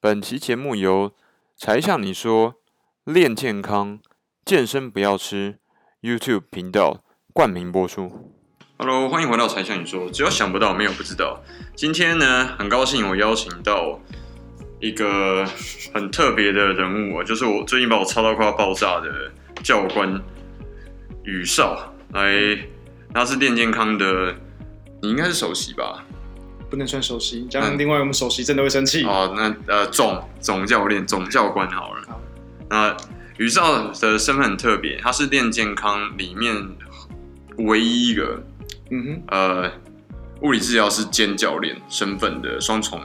本期节目由才向你说练健康、健身不要吃 YouTube 频道冠名播出。Hello，欢迎回到才向你说，只有想不到，没有不知道。今天呢，很高兴我邀请到一个很特别的人物啊，就是我最近把我操到快要爆炸的教官宇少来，他是练健康的，你应该是首席吧？不能算首席，这样另外我们首席真的会生气。嗯哦，那呃，总总教练、总教官好了。好那于少的身份很特别，他是练健康里面唯一一个嗯哼，呃物理治疗师兼教练身份的双重，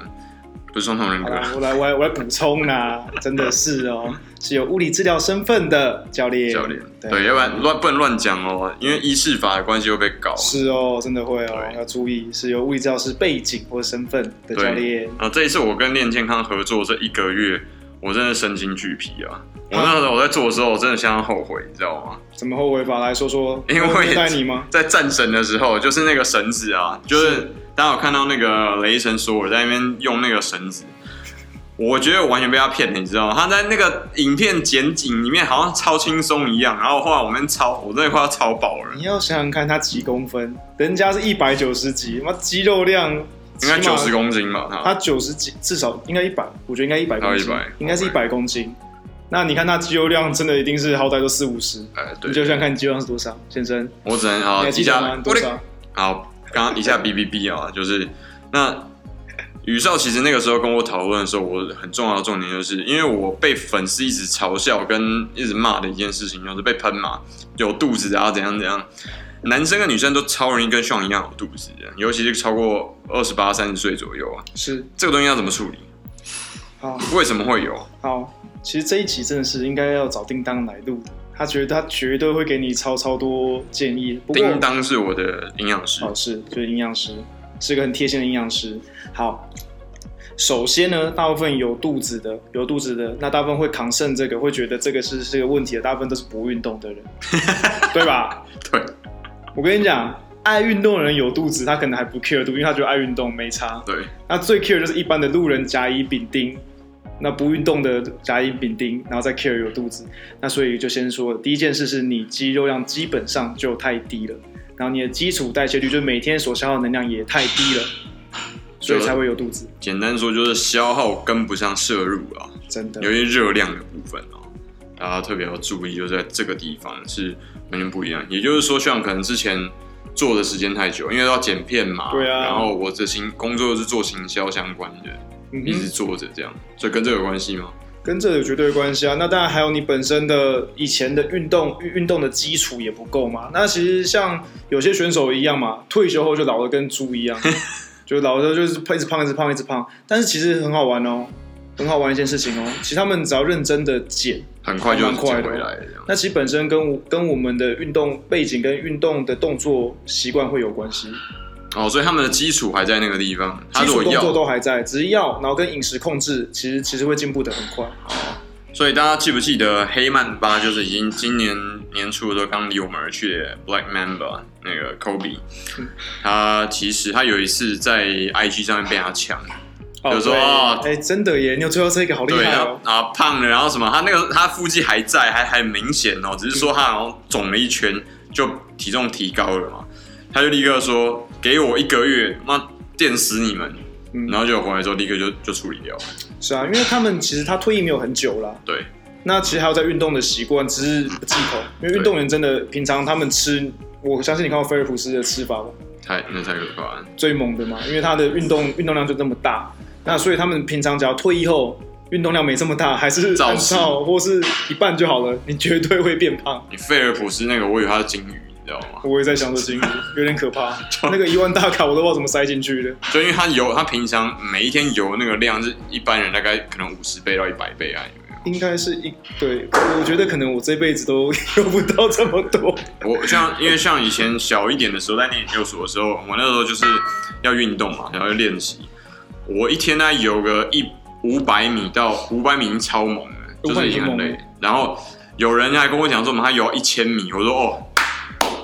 不是双重人好格，啦我来，我来，我来补 充啦，真的是哦，是有物理治疗身份的教练，教练。对对，要不然乱不能乱讲哦，因为医事法的关系会被搞。是哦，真的会哦，对要注意，是有物理治疗师背景或身份的对教练。啊，这一次我跟练健康合作这一个月，我真的身心俱疲啊！我那嗯时候我在做的时候，我真的相当后悔，你知道吗？怎么后悔法来说说？因为我有虐待你吗？在战神的时候，就是那个绳子啊，就是是当我看到那个雷神索尔在那边用那个绳子，我觉得我完全被他骗了，你知道吗？他在那个影片剪景里面好像超轻松一样，然后后来我们超，我真的快要超饱了，你要想想看，他几公分？人家是一百九十几，妈肌肉量应该起码九十公斤吧？哦他他九十几，至少应该一百，我觉得应该一百公斤到100，应该是一百公斤。那你看他肌肉量真的一定是好歹都四五十，哎，你就对，想想看你肌肉量是多少，先生？我只能你啊，还一记得吗下？，多少？好，刚刚一下 B B B 啊，就是那宇少其实那个时候跟我讨论的时候，我很重要的重点就是，因为我被粉丝一直嘲笑跟一直骂的一件事情，就是被喷嘛，有肚子啊怎样怎样。男生跟女生都超容易跟像一样有肚子的，尤其是超过二十八、三十岁左右啊，是这个东西要怎么处理？好为什么会有？好。其实这一集真的是应该要找叮当来录的，他觉得他绝对会给你超超多建议。不过叮当是我的营养师哦，是，就是营养师，是个很贴心的营养师。好，首先呢，大部分有肚子的，有肚子的，那大部分会扛肾这个，会觉得这个是是个问题的，大部分都是不运动的人， 对吧？对我跟你讲，爱运动的人有肚子，他可能还不 care 肚，因为他觉得爱运动没差。对，那最 care 就是一般的路人甲乙丙丁，那不运动的甲乙丙丁，然后再 care 有肚子。那所以就先说，第一件事是你肌肉量基本上就太低了，然后你的基础代谢率就是每天所消耗的能量也太低了，所以才会有肚子，简单说就是消耗跟不上摄入啊。真的由于热量的部分哦，大家特别要注意，就在这个地方是完全不一样。也就是说，像可能之前做的时间太久，因为要剪片嘛，对啊然后我这行工作又是做行销相关的，嗯一直哼，做着这样，所以跟这个有关系吗？跟这有绝对关系啊。那当然还有你本身的以前的运动运运动的基础也不够嘛。那其实像有些选手一样嘛，退休后就老的跟猪 一样。就老的时候就是一直胖，一直胖，一直胖。但是其实很好玩哦，很好玩一件事情哦。其实他们只要认真的减，很快就蛮快捡的回来了这样。那其实本身跟我跟我们的运动背景跟运动的动作习惯会有关系。哦，所以他们的基础还在那个地方，他基如果础动要作都还在，只是要，然后跟饮食控制，其实其实会进步的很快。所以大家记不记得黑曼巴就是已经今年年初的时候刚离我们而去的 Black Mamba 那个 Kobe，嗯他其实他有一次在 IG 上面被他抢，有时候对哦哎、真的耶，你有追到这个，好厉对，害然哦后！啊胖了，然后什么，他那个他腹肌还在，还还很明显哦，只是说他好像肿了一圈，就体重提高了嘛，他就立刻说给我一个月，妈电死你们，嗯然后就回来之后立刻就就处理掉了，是啊，因为他们其实他退役没有很久啦，对，那其实还有在运动的习惯，只是不忌口。因为运动员真的平常他们吃，我相信你看过菲尔普斯的吃法吧，太那太可怕了，最猛的嘛，因为他的运动运动量就这么大，那所以他们平常只要退役后运动量没这么大，还是造按势照或是一半就好了，你绝对会变胖。你费尔普斯那个，我以为他是金鱼，你知道 吗？我也在想这金鱼有点可 怕，那个一万大卡我都不知道怎么塞进去的。就因为他游，他平常每一天游那个量是一般人大概可能五十倍到一百倍啊，有没有？应该是一对，我觉得可能我这辈子都游不到这么多。我像因为像以前小一点的时候，在念研究所的时候，我那时候就是要运动嘛，然后要练习。我一天呢游个一五百米到五百米已经超猛了，就是已经很500累米。然后有人还跟我讲说，我们他游一千米，我说哦，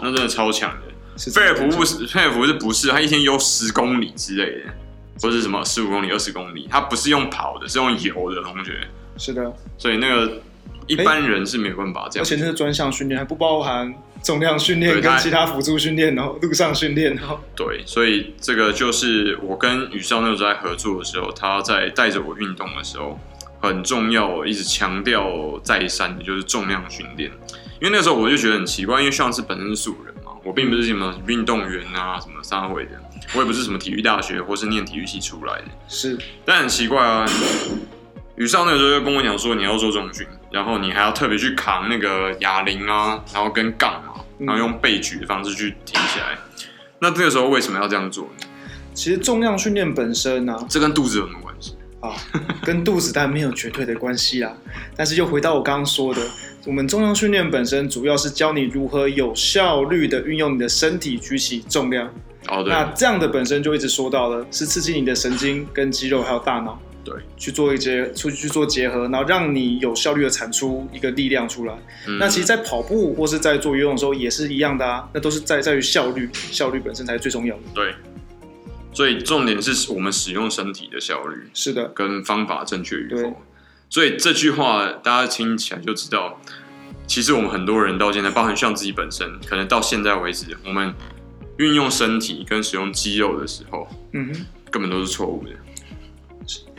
那真的超强的。是菲尔真的普不是，菲尔普是不是他一天游十公里之类的，或是什么十五公里、二十公里，它不是用跑的，是用游的，同学。是的，所以那个一般人是没有办法这样。而且这是专项训练，还不包含重量训练对跟它其他辅助训练，然后路上训练，然后对，所以这个就是我跟宇少那时候在合作的时候，他在带着我运动的时候，很重要，我一直强调再三的就是重量训练。因为那时候我就觉得很奇怪，因为像是本身是素人嘛，我并不是什么运动员啊，什么三会的，我也不是什么体育大学或是念体育系出来的，是但很奇怪啊，宇少那个时候就跟我讲说你要做重训，然后你还要特别去扛那个哑铃啊，然后跟杠啊，嗯然后用背举的方式去挺起来。那这个时候为什么要这样做呢？其实重量训练本身呢、这跟肚子有什么关系？啊，跟肚子但没有绝对的关系啦。但是又回到我刚刚说的，我们重量训练本身主要是教你如何有效率的运用你的身体举起重量。哦，对那这样的本身就一直说到了，是刺激你的神经跟肌肉还有大脑，对，去做一结出去做结合，然后让你有效率的产出一个力量出来。嗯那其实，在跑步或是在做游泳的时候也是一样的啊，那都是在在于效率，效率本身才是最重要的。对，所以重点是我们使用身体的效率是的，跟方法正确与对否。所以这句话大家听起来就知道，其实我们很多人到现在，包含像自己本身，可能到现在为止，我们运用身体跟使用肌肉的时候，嗯哼。根本都是错误的。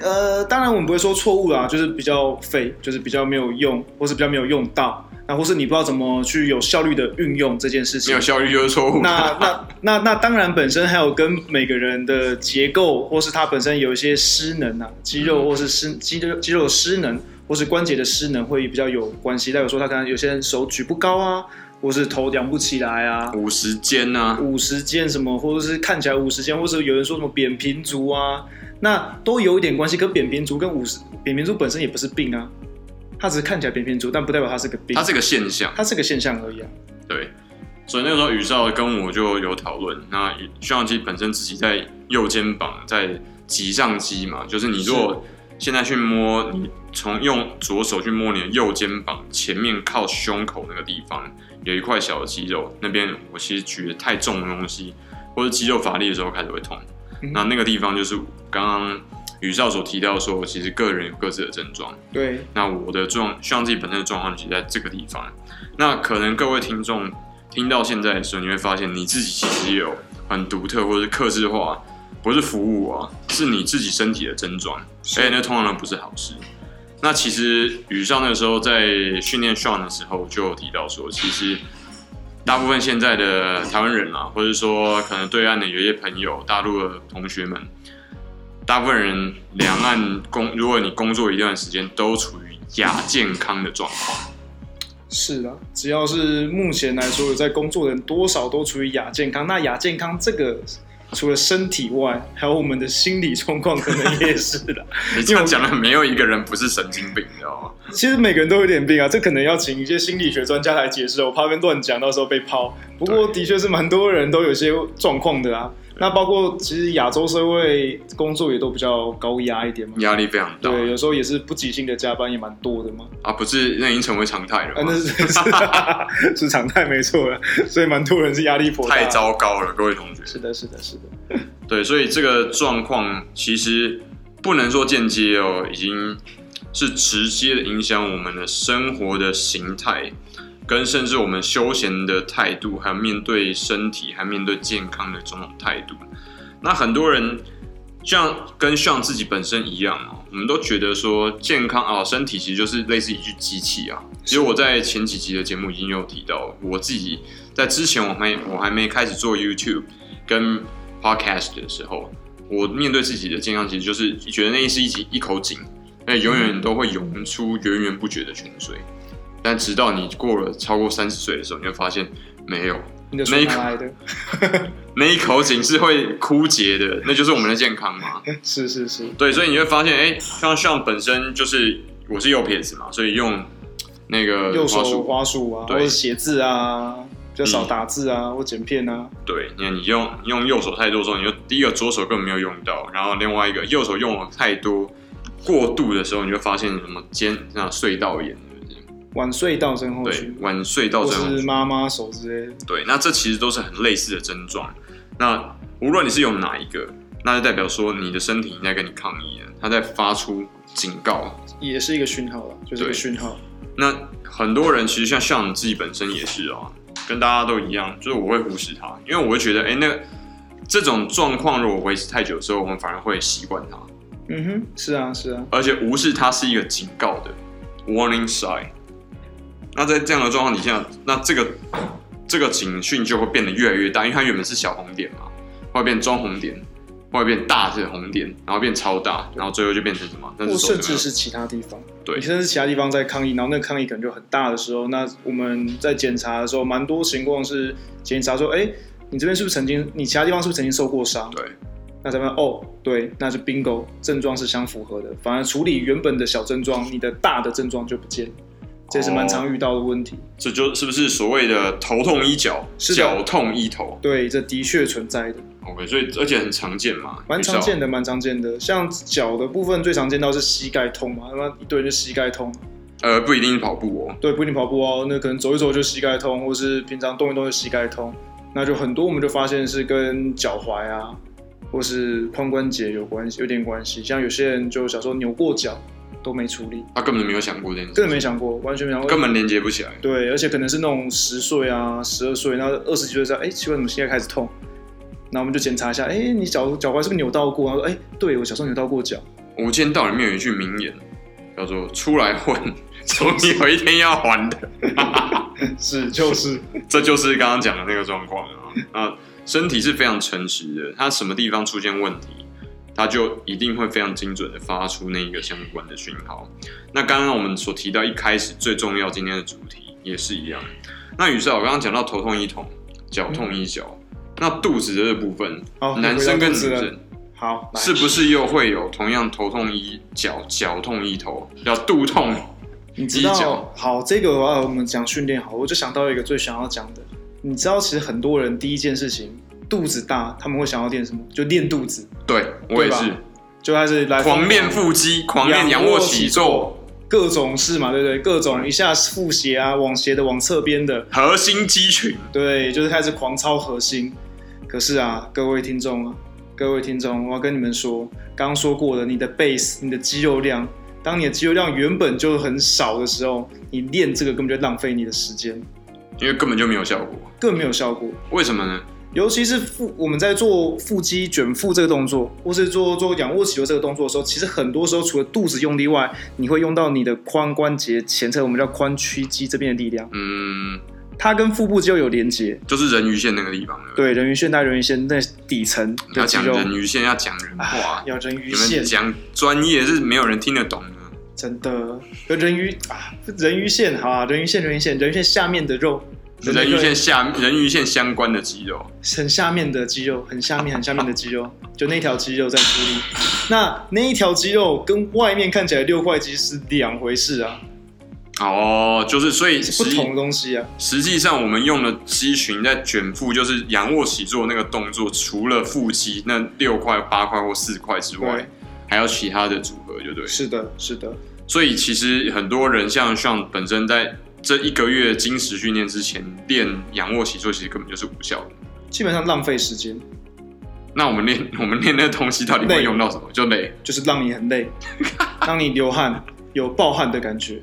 呃，当然我们不会说错误啦，啊就是比较废，就是比较没有用，或是比较没有用到，那或是你不知道怎么去有效率的运用这件事没情有。效率就是错误。那那那那当然，本身还有跟每个人的结构，或是他本身有一些失能啊，肌嗯肉或是失肌肉肌肉的失能，或是关节的失能会比较有关系。但有时候他可能有些人手举不高啊，或是头仰不起来啊，五十肩啊，五十肩什么，或者是看起来五十肩，或者有人说什么扁平足啊，那都有一点关系。跟扁平足跟五十扁平足本身也不是病啊，它只是看起来扁平足，但不代表它是个病它，是个现象。它是个现象而已啊。对，所以那时候宇少跟我就有讨论。那徐氧基本身自己在右肩膀在棘上肌嘛，就是你如果现在去摸，你从用左手去摸你的右肩膀前面靠胸口那个地方有一块小的肌肉，那边我其实举得太重的东西，或者肌肉乏力的时候开始会痛。嗯那那个地方就是刚刚宇少所提到说，其实个人有各自的症状。对，那我的状，像自己本身的状况，其实在这个地方。那可能各位听众听到现在的时候，你会发现你自己其实也有很独特或者是克制化，不是服务啊，是你自己身体的症状，而且那通常都不是好事。那其实宇尚那时候在训练 Sean 的时候，就有提到说，其实大部分现在的台湾人啊，或者说可能对岸的有一些朋友、大陆的同学们，大部分人两岸工，如果你工作一段时间，都处于亚健康的状况。是啊，只要是目前来说有在工作的人，多少都处于亚健康。那亚健康这个。除了身体外，还有我们的心理状况可能也是的。你这样讲的，没有一个人不是神经病，你哦知道吗？其实每个人都有点病啊，这可能要请一些心理学专家来解释哦，我怕被乱讲，到时候被抛。不过的确是蛮多人都有些状况的啊。那包括其实亚洲社会工作也都比较高压一点嘛，压力非常大对，有时候也是不急性的加班也蛮多的嘛。啊，不是那已经成为常态啊了，吗那？是是是常态没错了，所以蛮多人是压力颇大。太，糟糕了，各位同学。啊是的，是的，是的，对，所以这个状况其实不能说间接哦，已经是直接的影响我们的生活的形态，跟甚至我们休闲的态度，还有面对身体，还有面对健康的种种态度。那很多人像跟像自己本身一样哦，我们都觉得说健康啊，身体其实就是类似一具机器啊。其实我在前几集的节目已经有提到，我自己在之前我还我还没开始做 YouTube 跟 Podcast 的时候，我面对自己的健康，其实就是觉得那是一集一口井，那永远都会涌出源源不绝的泉水。但直到你过了超过三十岁的时候，你会发现没有，你的那水一哪来的？那一口井是会枯竭的，那就是我们的健康嘛。是是是，对，所以你会发现，哎、像像本身就是我是右撇子嘛，所以用那个右滑手鼠，滑鼠啊，对或者写字啊，比较少嗯打字啊，或剪片啊。对，你看你用你用右手太多的时候，你就第一个左手根本没有用到，然后另外一个右手用了太多过度的时候，你就发现什么肩那隧道炎，是不是晚睡到身后对去，，晚隧道或症候群是妈妈手之类的。对，那这其实都是很类似的症状。那无论你是用哪一个，那就代表说你的身体已经在跟你抗议了，它在发出警告。也是一个讯号了，就是一对个讯号。那很多人其实像像你自己本身也是啊，跟大家都一样，就是我会忽视它，因为我会觉得，哎、那这种状况如果维持太久之后，我们反而会习惯它，嗯哼，是啊，是啊，而且无视它是一个警告的 warning sign。那在这样的状况底下，那这个这个警讯就会变得越来越大，因为它原本是小红点嘛，后来变中红点，后来变大的红点，然后变超大，然后最后就变成什么？那或是手怎甚么至样是其他地方，对你甚至其他地方在抗议，然后那个抗议可能就很大的时候，那我们在检查的时候，蛮多情况是检查说，哎、你这边是不是曾经，你其他地方是不是曾经受过伤？对。那咱们哦，对，那是 bingo，症状是相符合的，反而处理原本的小症状，你的大的症状就不见了，这也是蛮常遇到的问题。这就是不是所谓的头痛医脚，是的脚痛医头？对，这的确存在的， OK，所以而且很常见嘛，蛮常见的，蛮常见的。像脚的部分最常见到是膝盖痛嘛，那一堆人就膝盖痛，比较。呃，不一定是跑步哦，对，不一定跑步哦，那可能走一走就膝盖痛，或是平常动一动就膝盖痛，那就很多我们就发现是跟脚踝啊，或是髋关节有关系，有点关系。像有些人就小时候扭过脚都没处理，他根本就没有想过这件根事，本没想过，完全没想过，根本连接不起来。对，而且可能是那种十岁啊、十二岁，然后二十几岁才哎，奇怪，怎么现在开始痛？然后我们就检查一下，哎，你脚脚踝是不是扭到过？然后说，哎，对我小时候扭到过脚，无间道里面有一句名言，叫做“出来混，总有一天要还的是就是，”，这就是刚刚讲的那个状况啊。那身体是非常诚实的，它什么地方出现问题，它就一定会非常精准的发出那一个相关的讯号。那刚刚我们所提到一开始最重要今天的主题也是一样。那于是啊我刚刚讲到头痛医头，脚痛医脚，那肚子的这部分，好，男生跟女回到肚子了生好，来是不是又会有同样头痛医脚、脚痛医头，叫肚痛？你知鸡道脚，好，这个的话我们讲训练好，我就想到一个最想要讲的，你知道，其实很多人第一件事情肚子大，他们会想要练什么？就练肚子，对我也对吧是，就开始来狂练腹肌，狂练仰卧起坐，各种式嘛，对不对？各种一下腹斜啊，往斜的，往侧边的，核心肌群。对，就是开始狂操核心。可是啊，各位听众啊，各位听众，我要跟你们说，刚刚说过的，你的 base，你的肌肉量，当你的肌肉量原本就很少的时候，你练这个根本就浪费你的时间，因为根本就没有效果。更没有效果。为什么呢？尤其是腹，我们在做腹肌卷腹这个动作，或是做做仰卧起坐这个动作的时候，其实很多时候除了肚子用力外，你会用到你的髋关节前侧，我们叫髋屈肌这边的力量，嗯，它跟腹部肌肉有连接。就是人鱼线那个地方了。，对，人鱼线带人鱼线那底层要的肌讲肉，人鱼线，要讲人话啊，，要人鱼你线们，讲专业是没有人听得懂的。真的，有人鱼啊，人鱼线好啊，人鱼线，人鱼线，人鱼线下面的肉，人鱼线下，人鱼线相关的肌肉，很下面的肌肉，很下面很下面的肌肉， 就那条肌肉在处理。 那那一条肌肉跟外面看起来六块肌是两回事啊，哦，就是所以是实不同的东西啊。实际上我们用的肌群在卷腹，就是仰卧起坐那个动作，除了腹肌那六块、八块或四块之外对，还有其他的组合，就对。是的，是的，所以其实很多人像像本身在这一个月精实训练之前练仰卧起坐，其实根本就是无效的。基本上浪费时间，那我们练 我们练那个东西到底会累用到什么？就累。就是让你 很累，让你流汗，有暴汗的感觉，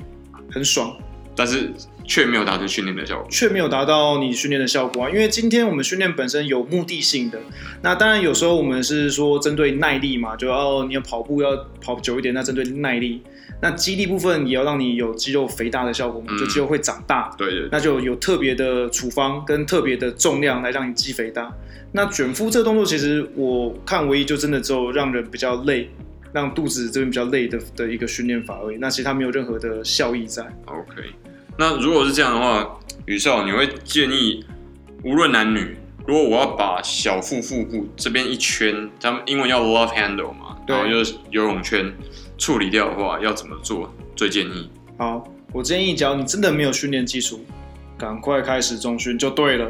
很爽。但是却没有达成训练的效果。却没有达到你训练的效果啊。因为今天我们训练本身有目的性的，那当然有时候我们是说针对耐力嘛，就哦你要跑步要跑久一点，那针对耐力，那肌力部分也要让你有肌肉肥大的效果嘛，嗯就肌肉会长大。对对那就有特别的处方跟特别的重量来让你肌肥大。那卷腹这个动作，其实我看唯一就真的只有让人比较累，让肚子这边比较累的的一个训练法而已。那其实它没有任何的效益在。 o k 那如果是这样的话，宇少，你会建议无论男女，如果我要把小腹腹部这边一圈，他们英文叫 love handle 嘛，对然后就是游泳圈处理掉的话，要怎么做？最建议好，我建议，只要你真的没有训练基础，赶快开始重训就对了，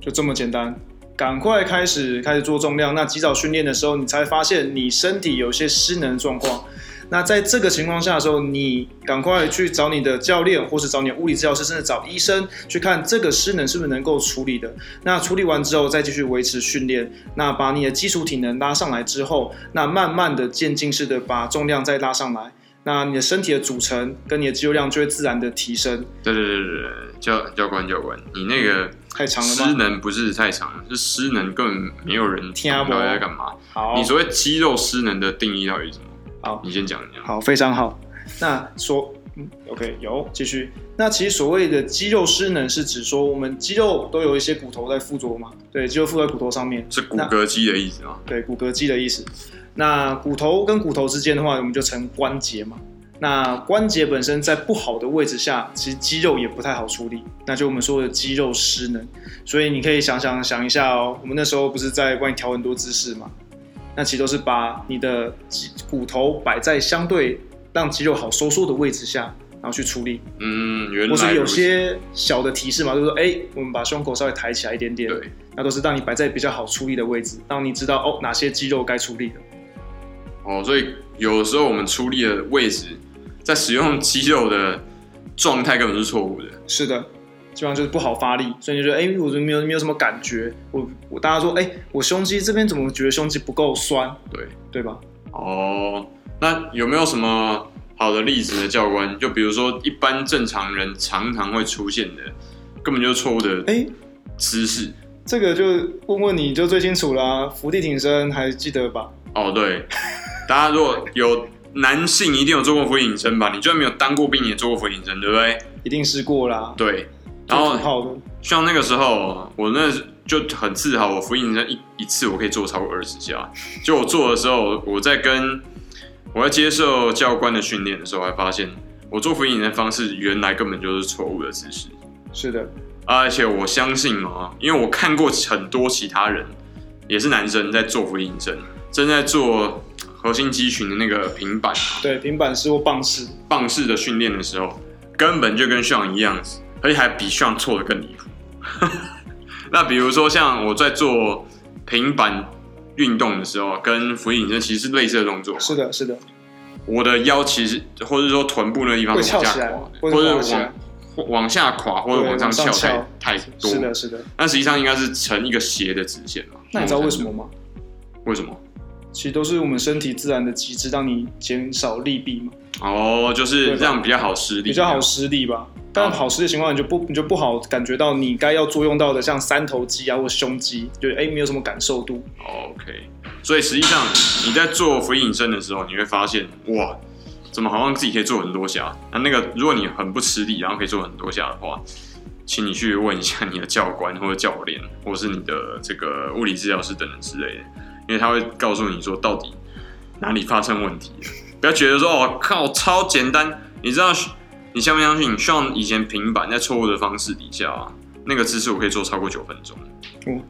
就这么简单。赶快开始开始做重量，那及早训练的时候，你才发现你身体有一些失能的状况。那在这个情况下的时候，你赶快去找你的教练，或是找你的物理治疗师，甚至找医生去看这个失能是不是能够处理的。那处理完之后，再继续维持训练，那把你的基础体能拉上来之后，那慢慢的渐进式的把重量再拉上来。那你的身体的组成跟你的肌肉量就会自然的提升。对对对对对，教教官教官，你那个太长了失吗？能不是太长，是失能根本没有人听听不到懂底在干嘛。好，你所谓肌肉失能的定义到底是什么？好你先讲一下。好，非常好。那所嗯，OK，有继续。那其实所谓的肌肉失能，是指说我们肌肉都有一些骨头在附着嘛？对，肌肉附在骨头上面，是骨骼肌的意思吗？对，骨骼肌的意思。那骨头跟骨头之间的话，我们就成关节嘛。那关节本身在不好的位置下，其实肌肉也不太好处理，那就我们说的肌肉失能。所以你可以想想想一下哦，我们那时候不是在帮你调很多姿势嘛？那其实都是把你的肌骨头摆在相对让肌肉好收缩的位置下，然后去处理，嗯，原或来是有如此些小的提示嘛，就是说，哎，我们把胸口稍微抬起来一点点，对，那都是让你摆在比较好处理的位置，让你知道哦哪些肌肉该处理的。哦，所以有时候我们出力的位置，在使用肌肉的状态根本是错误的。是的，基本上就是不好发力，所以你就觉得哎、我怎么没有没有什么感觉？我我大家说哎、我胸肌这边怎么觉得胸肌不够酸，对，对吧？哦，那有没有什么好的例子呢？教官？就比如说一般正常人常常会出现的，根本就是错误的哎、姿势。这个就问问你就最清楚啦、伏地挺身还记得吧？哦，对， 大家如果有男性一定有做过俯卧撑吧？你就算没有当过兵，也做过俯卧撑，对不对？一定试过啦。对。然后最土炮的像那个时候，我那就很自豪，我俯卧撑一一次我可以做超过二十下。就我做的时候，我在跟我在接受教官的训练的时候，还发现我做俯卧撑的方式原来根本就是错误的姿势。是的，啊而且我相信哦，因为我看过很多其他人，也是男生在做俯卧撑，正在做核心肌群的那个平板对，平板式或棒式，棒式的训练的时候，根本就跟上一样，而且还比上错的更离谱。 那比如说像我在做平板运动的时候，跟俯卧撑其实是类似的动作嘛，是的，是的，我的腰其实或者说臀部那地方会是往翘起下来垮，的，或或者者往起来往往下垮或者对往上往上翘翘太太多是，的，是的。那实际上应该是成一个斜的直线嘛。那你知道为什么吗？为什么？其实都是我们身体自然的机制，让你减少力臂嘛，哦，就是对吧这样比较好施力，比较好施力吧。但好施力的情况，你就不你就不好感觉到你该要作用到的像三头肌啊或胸肌，就哎、没有什么感受度。 OK，所以实际上你在做俯卧撑的时候，你会发现哇，怎么好像自己可以做很多下？那那个如果你很不吃力，然后可以做很多下的话，请你去问一下你的教官或者教练，或是你的这个物理治疗师等等之类的，因为他会告诉你说到底哪里发生问题了。不要觉得说哦靠，超简单，你知道你相不相信？像以前平板在错误的方式底下、啊，那个姿势我可以做超过九分钟。嗯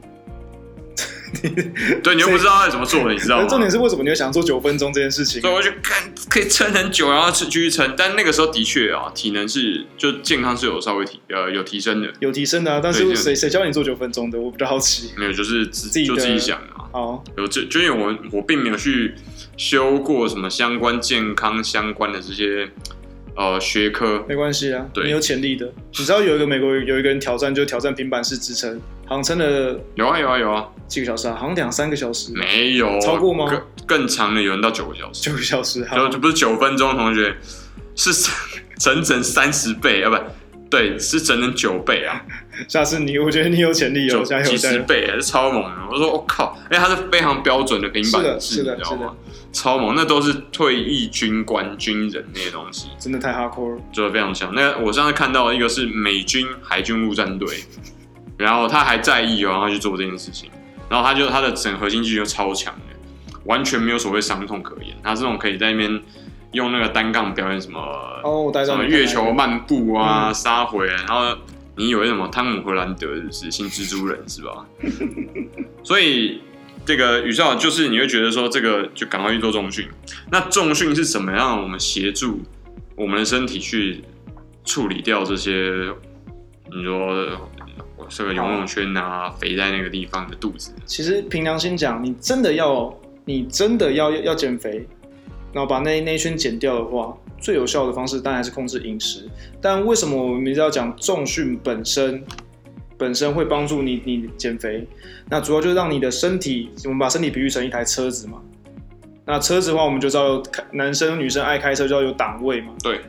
对，你又不知道他怎么做的，你知道但吗？ 重点是为什么你会想做九分钟这件事情啊所？以我就看可以撑很久，然后继续撑。但那个时候的确啊，体能是就健康是有稍微提呃有提升的，有提升的啊，但对是就谁谁教你做九分钟的？我比较好奇。没有就是自自己就的自己想啊，好，有这就因为我我并没有去修过什么相关健康相关的这些呃学科，没关系啊，对你有潜力的。你知道有一个美国有一个人挑战，就挑战平板式支撑，好像撑了有啊有啊有啊，几个小时啊，好像两三个小时，没有啊超过吗更更长的有人到九个小时，九个小时，啊好就就不是九分钟，同学是 整整三十倍啊，不对，是整整九倍啊。下次你，我觉得你有潜力就哦，加油几加十油！倍，是超猛的。我说我、靠，因为它是非常标准的平板是的你知是的道吗？超猛，那都是退役军官、军人那些东西，真的太 hardcore 了，就是非常强。那我上次看到一个是美军海军陆战队，然后他还在役哦，然后他去做这件事情，然后他就他的整核心肌就超强的，完全没有所谓伤痛可言。他这种可以在那边用那个单杠表演什么哦，我带什到么你月看来球漫步啊，杀、回来，然后你以为什么汤姆·荷兰德是不是新蜘蛛人是吧？ 所以这个宇少就是你会觉得说这个就赶快去做重训。那重训是怎么样我们协助我们的身体去处理掉这些？你说呃这个游泳圈啊，肥在那个地方的肚子，其实凭良心讲，你真的要，你真的要要减肥，然后把那那一圈减掉的话，最有效的方式当然还是控制饮食。但为什么我们要讲重训本身本身会帮助你你减肥？那主要就是让你的身体，我们把身体比喻成一台车子嘛。那车子的话，我们就知道有开男生女生爱开车就要有档位嘛。对。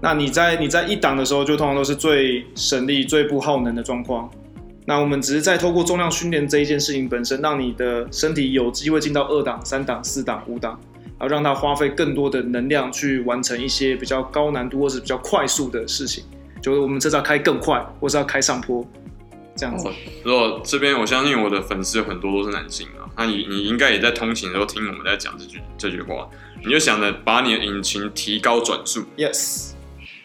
那你在你在一档的时候，就通常都是最省力、最不耗能的状况。那我们只是在透过重量训练这一件事情本身，让你的身体有机会进到二档、三档、四档、五档，然后让它花费更多的能量去完成一些比较高难度或是比较快速的事情，就是我们这招开更快，或是要开上坡，这样子。如果这边我相信我的粉丝有很多都是男性啊，那你你应该也在通勤的时候听我们在讲这句这句话，你就想着把你的引擎提高转速 Yes，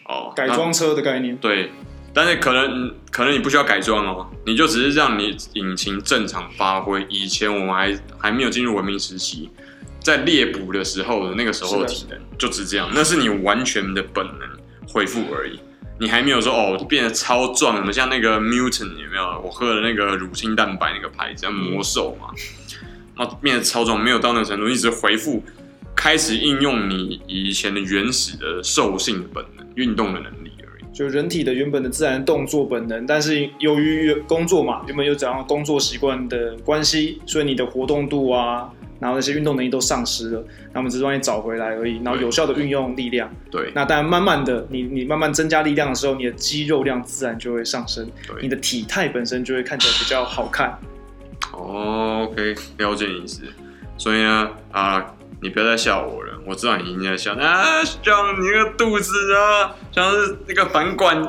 哦，改那装车的概念。对，但是可能可能你不需要改装哦，你就只是让你引擎正常发挥。以前我们还还没有进入文明时期，在猎捕的时候的那个时候的体是的能就只这样，那是你完全的本能恢复而已。你还没有说哦，变得超壮，我们像那个 Mutant 有没有？我喝了那个乳清蛋白那个牌子，叫魔兽嘛，那变得超壮，没有到那个程度，一直回复，开始应用你以前的原始的兽性的本能、运动的能力而已。就人体的原本的自然动作本能，但是由于工作嘛，原本有怎样的工作习惯的关系，所以你的活动度啊，然后那些运动能力都丧失了，那我们只是帮你找回来而已，然后有效的运用力量。对，那当然，慢慢的，你你慢慢增加力量的时候，你的肌肉量自然就会上升，对你的体态本身就会看起来比较好看。哦，OK，了解你意思。所以呢，啊，你不要再笑我了，我知道你应该笑啊，像你那个肚子啊，像是那个反管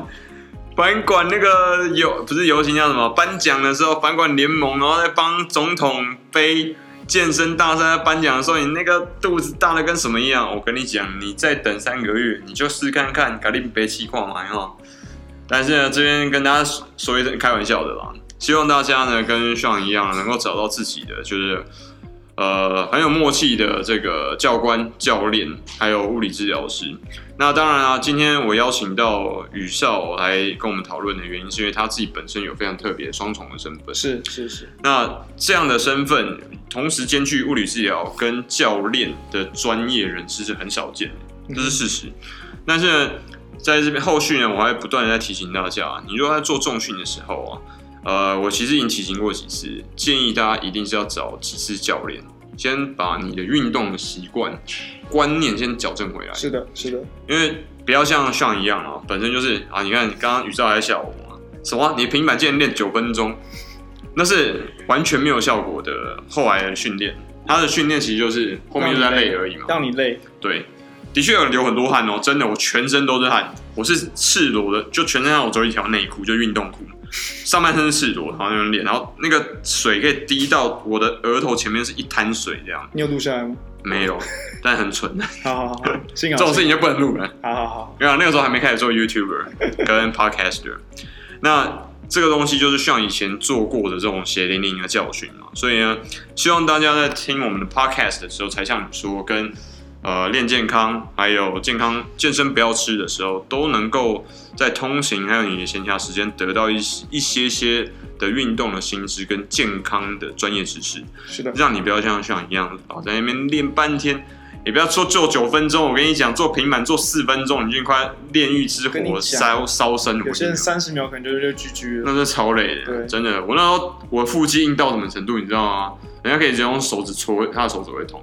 反管那个游不是游行叫什么？颁奖的时候，反管联盟，然后在帮总统杯健身大赛颁奖的时候，你那个肚子大的跟什么一样？我跟你讲，你再等三个月，你就试看看，肯定别气矿嘛哈。但是呢，这边跟大家说一声开玩笑的啦，希望大家呢跟上一样，能够找到自己的，就是呃很有默契的这个教官、教练，还有物理治疗师。那当然啊，今天我邀请到宇少来跟我们讨论的原因，是因为他自己本身有非常特别的双重的身份。是是是，那这样的身份，同时兼具物理治疗跟教练的专业人士是很少见的，这是事实。但是呢在这边后续呢，我还不断的在提醒大家，你如果在做重训的时候啊，呃，我其实已经提醒过几次，建议大家一定是要找几次教练，先把你的运动习惯、观念先矫正回来。是的，是的，因为不要像上一样啊，本身就是啊，你看刚刚宇照还笑我嘛，什么啊你平板键练九分钟，那是完全没有效果的后来的训练，他的训练其实就是后面就在累而已嘛。让你累，对，的确有流很多汗哦，真的，我全身都是汗，我是赤裸的，就全身上我只有一条内裤，就运动裤，上半身是赤裸，然后那边练，然后那个水可以滴到我的额头前面是一滩水这样，你有录下来吗？没有，但很蠢，好好好好，幸 这好种事情就不能录了。好好好，没有，啊那个时候还没开始做 YouTuber 跟 Podcaster。那这个东西就是像以前做过的这种血淋淋的教训嘛，所以呢，希望大家在听我们的 Podcast 的时候，才像你说跟呃练健康，还有健康健身不要吃的时候，都能够在通勤还有你的闲暇时间得到一些一些些的运动的新知跟健康的专业知识。是的，让你不要像像一样啊，在那边练半天，也不要说做九分钟。我跟你讲，做平板做四分钟，你就快炼狱之跟你火讲烧烧身我有跟些你人讲，三十秒可能就就 GG 了，那是超累的，对真的。我那时候我腹肌硬到什么程度，你知道吗？人家可以直接用手指戳，他的手指会痛。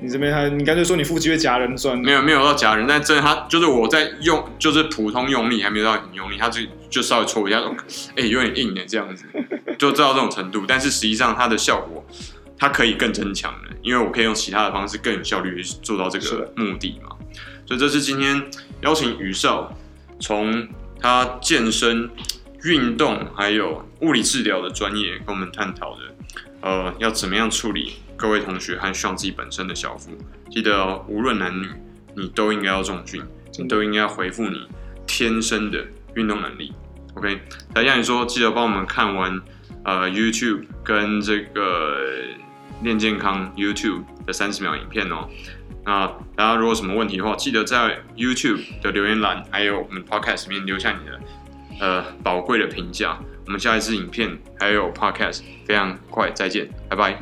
你这边还你干脆说你腹肌会夹人算了没。有没有到假人，但真的他就是我在用，就是普通用力还没有到很用力，他就就稍微戳一下，哦哎、有点硬哎，这样子就知道这种程度。但是实际上它的效果，它可以更增强的，因为我可以用其他的方式更有效率地去做到这是个的目的嘛。所以这是今天邀请于少从他健身、运动还有物理治疗的专业跟我们探讨的，呃，要怎么样处理各位同学和上自己本身的小腹。记得哦、无论男女，你都应该要重训，真的你都应该要回复你天生的运动能力。OK，台下你说记得帮我们看完呃 YouTube 跟这个练健康 YouTube 的三十秒影片哦。那大家如果有什么问题的话，记得在 YouTube 的留言栏，还有我们 Podcast 里面留下你的呃宝贵的评价。我们下一次影片还有 Podcast，非常快再见，拜拜。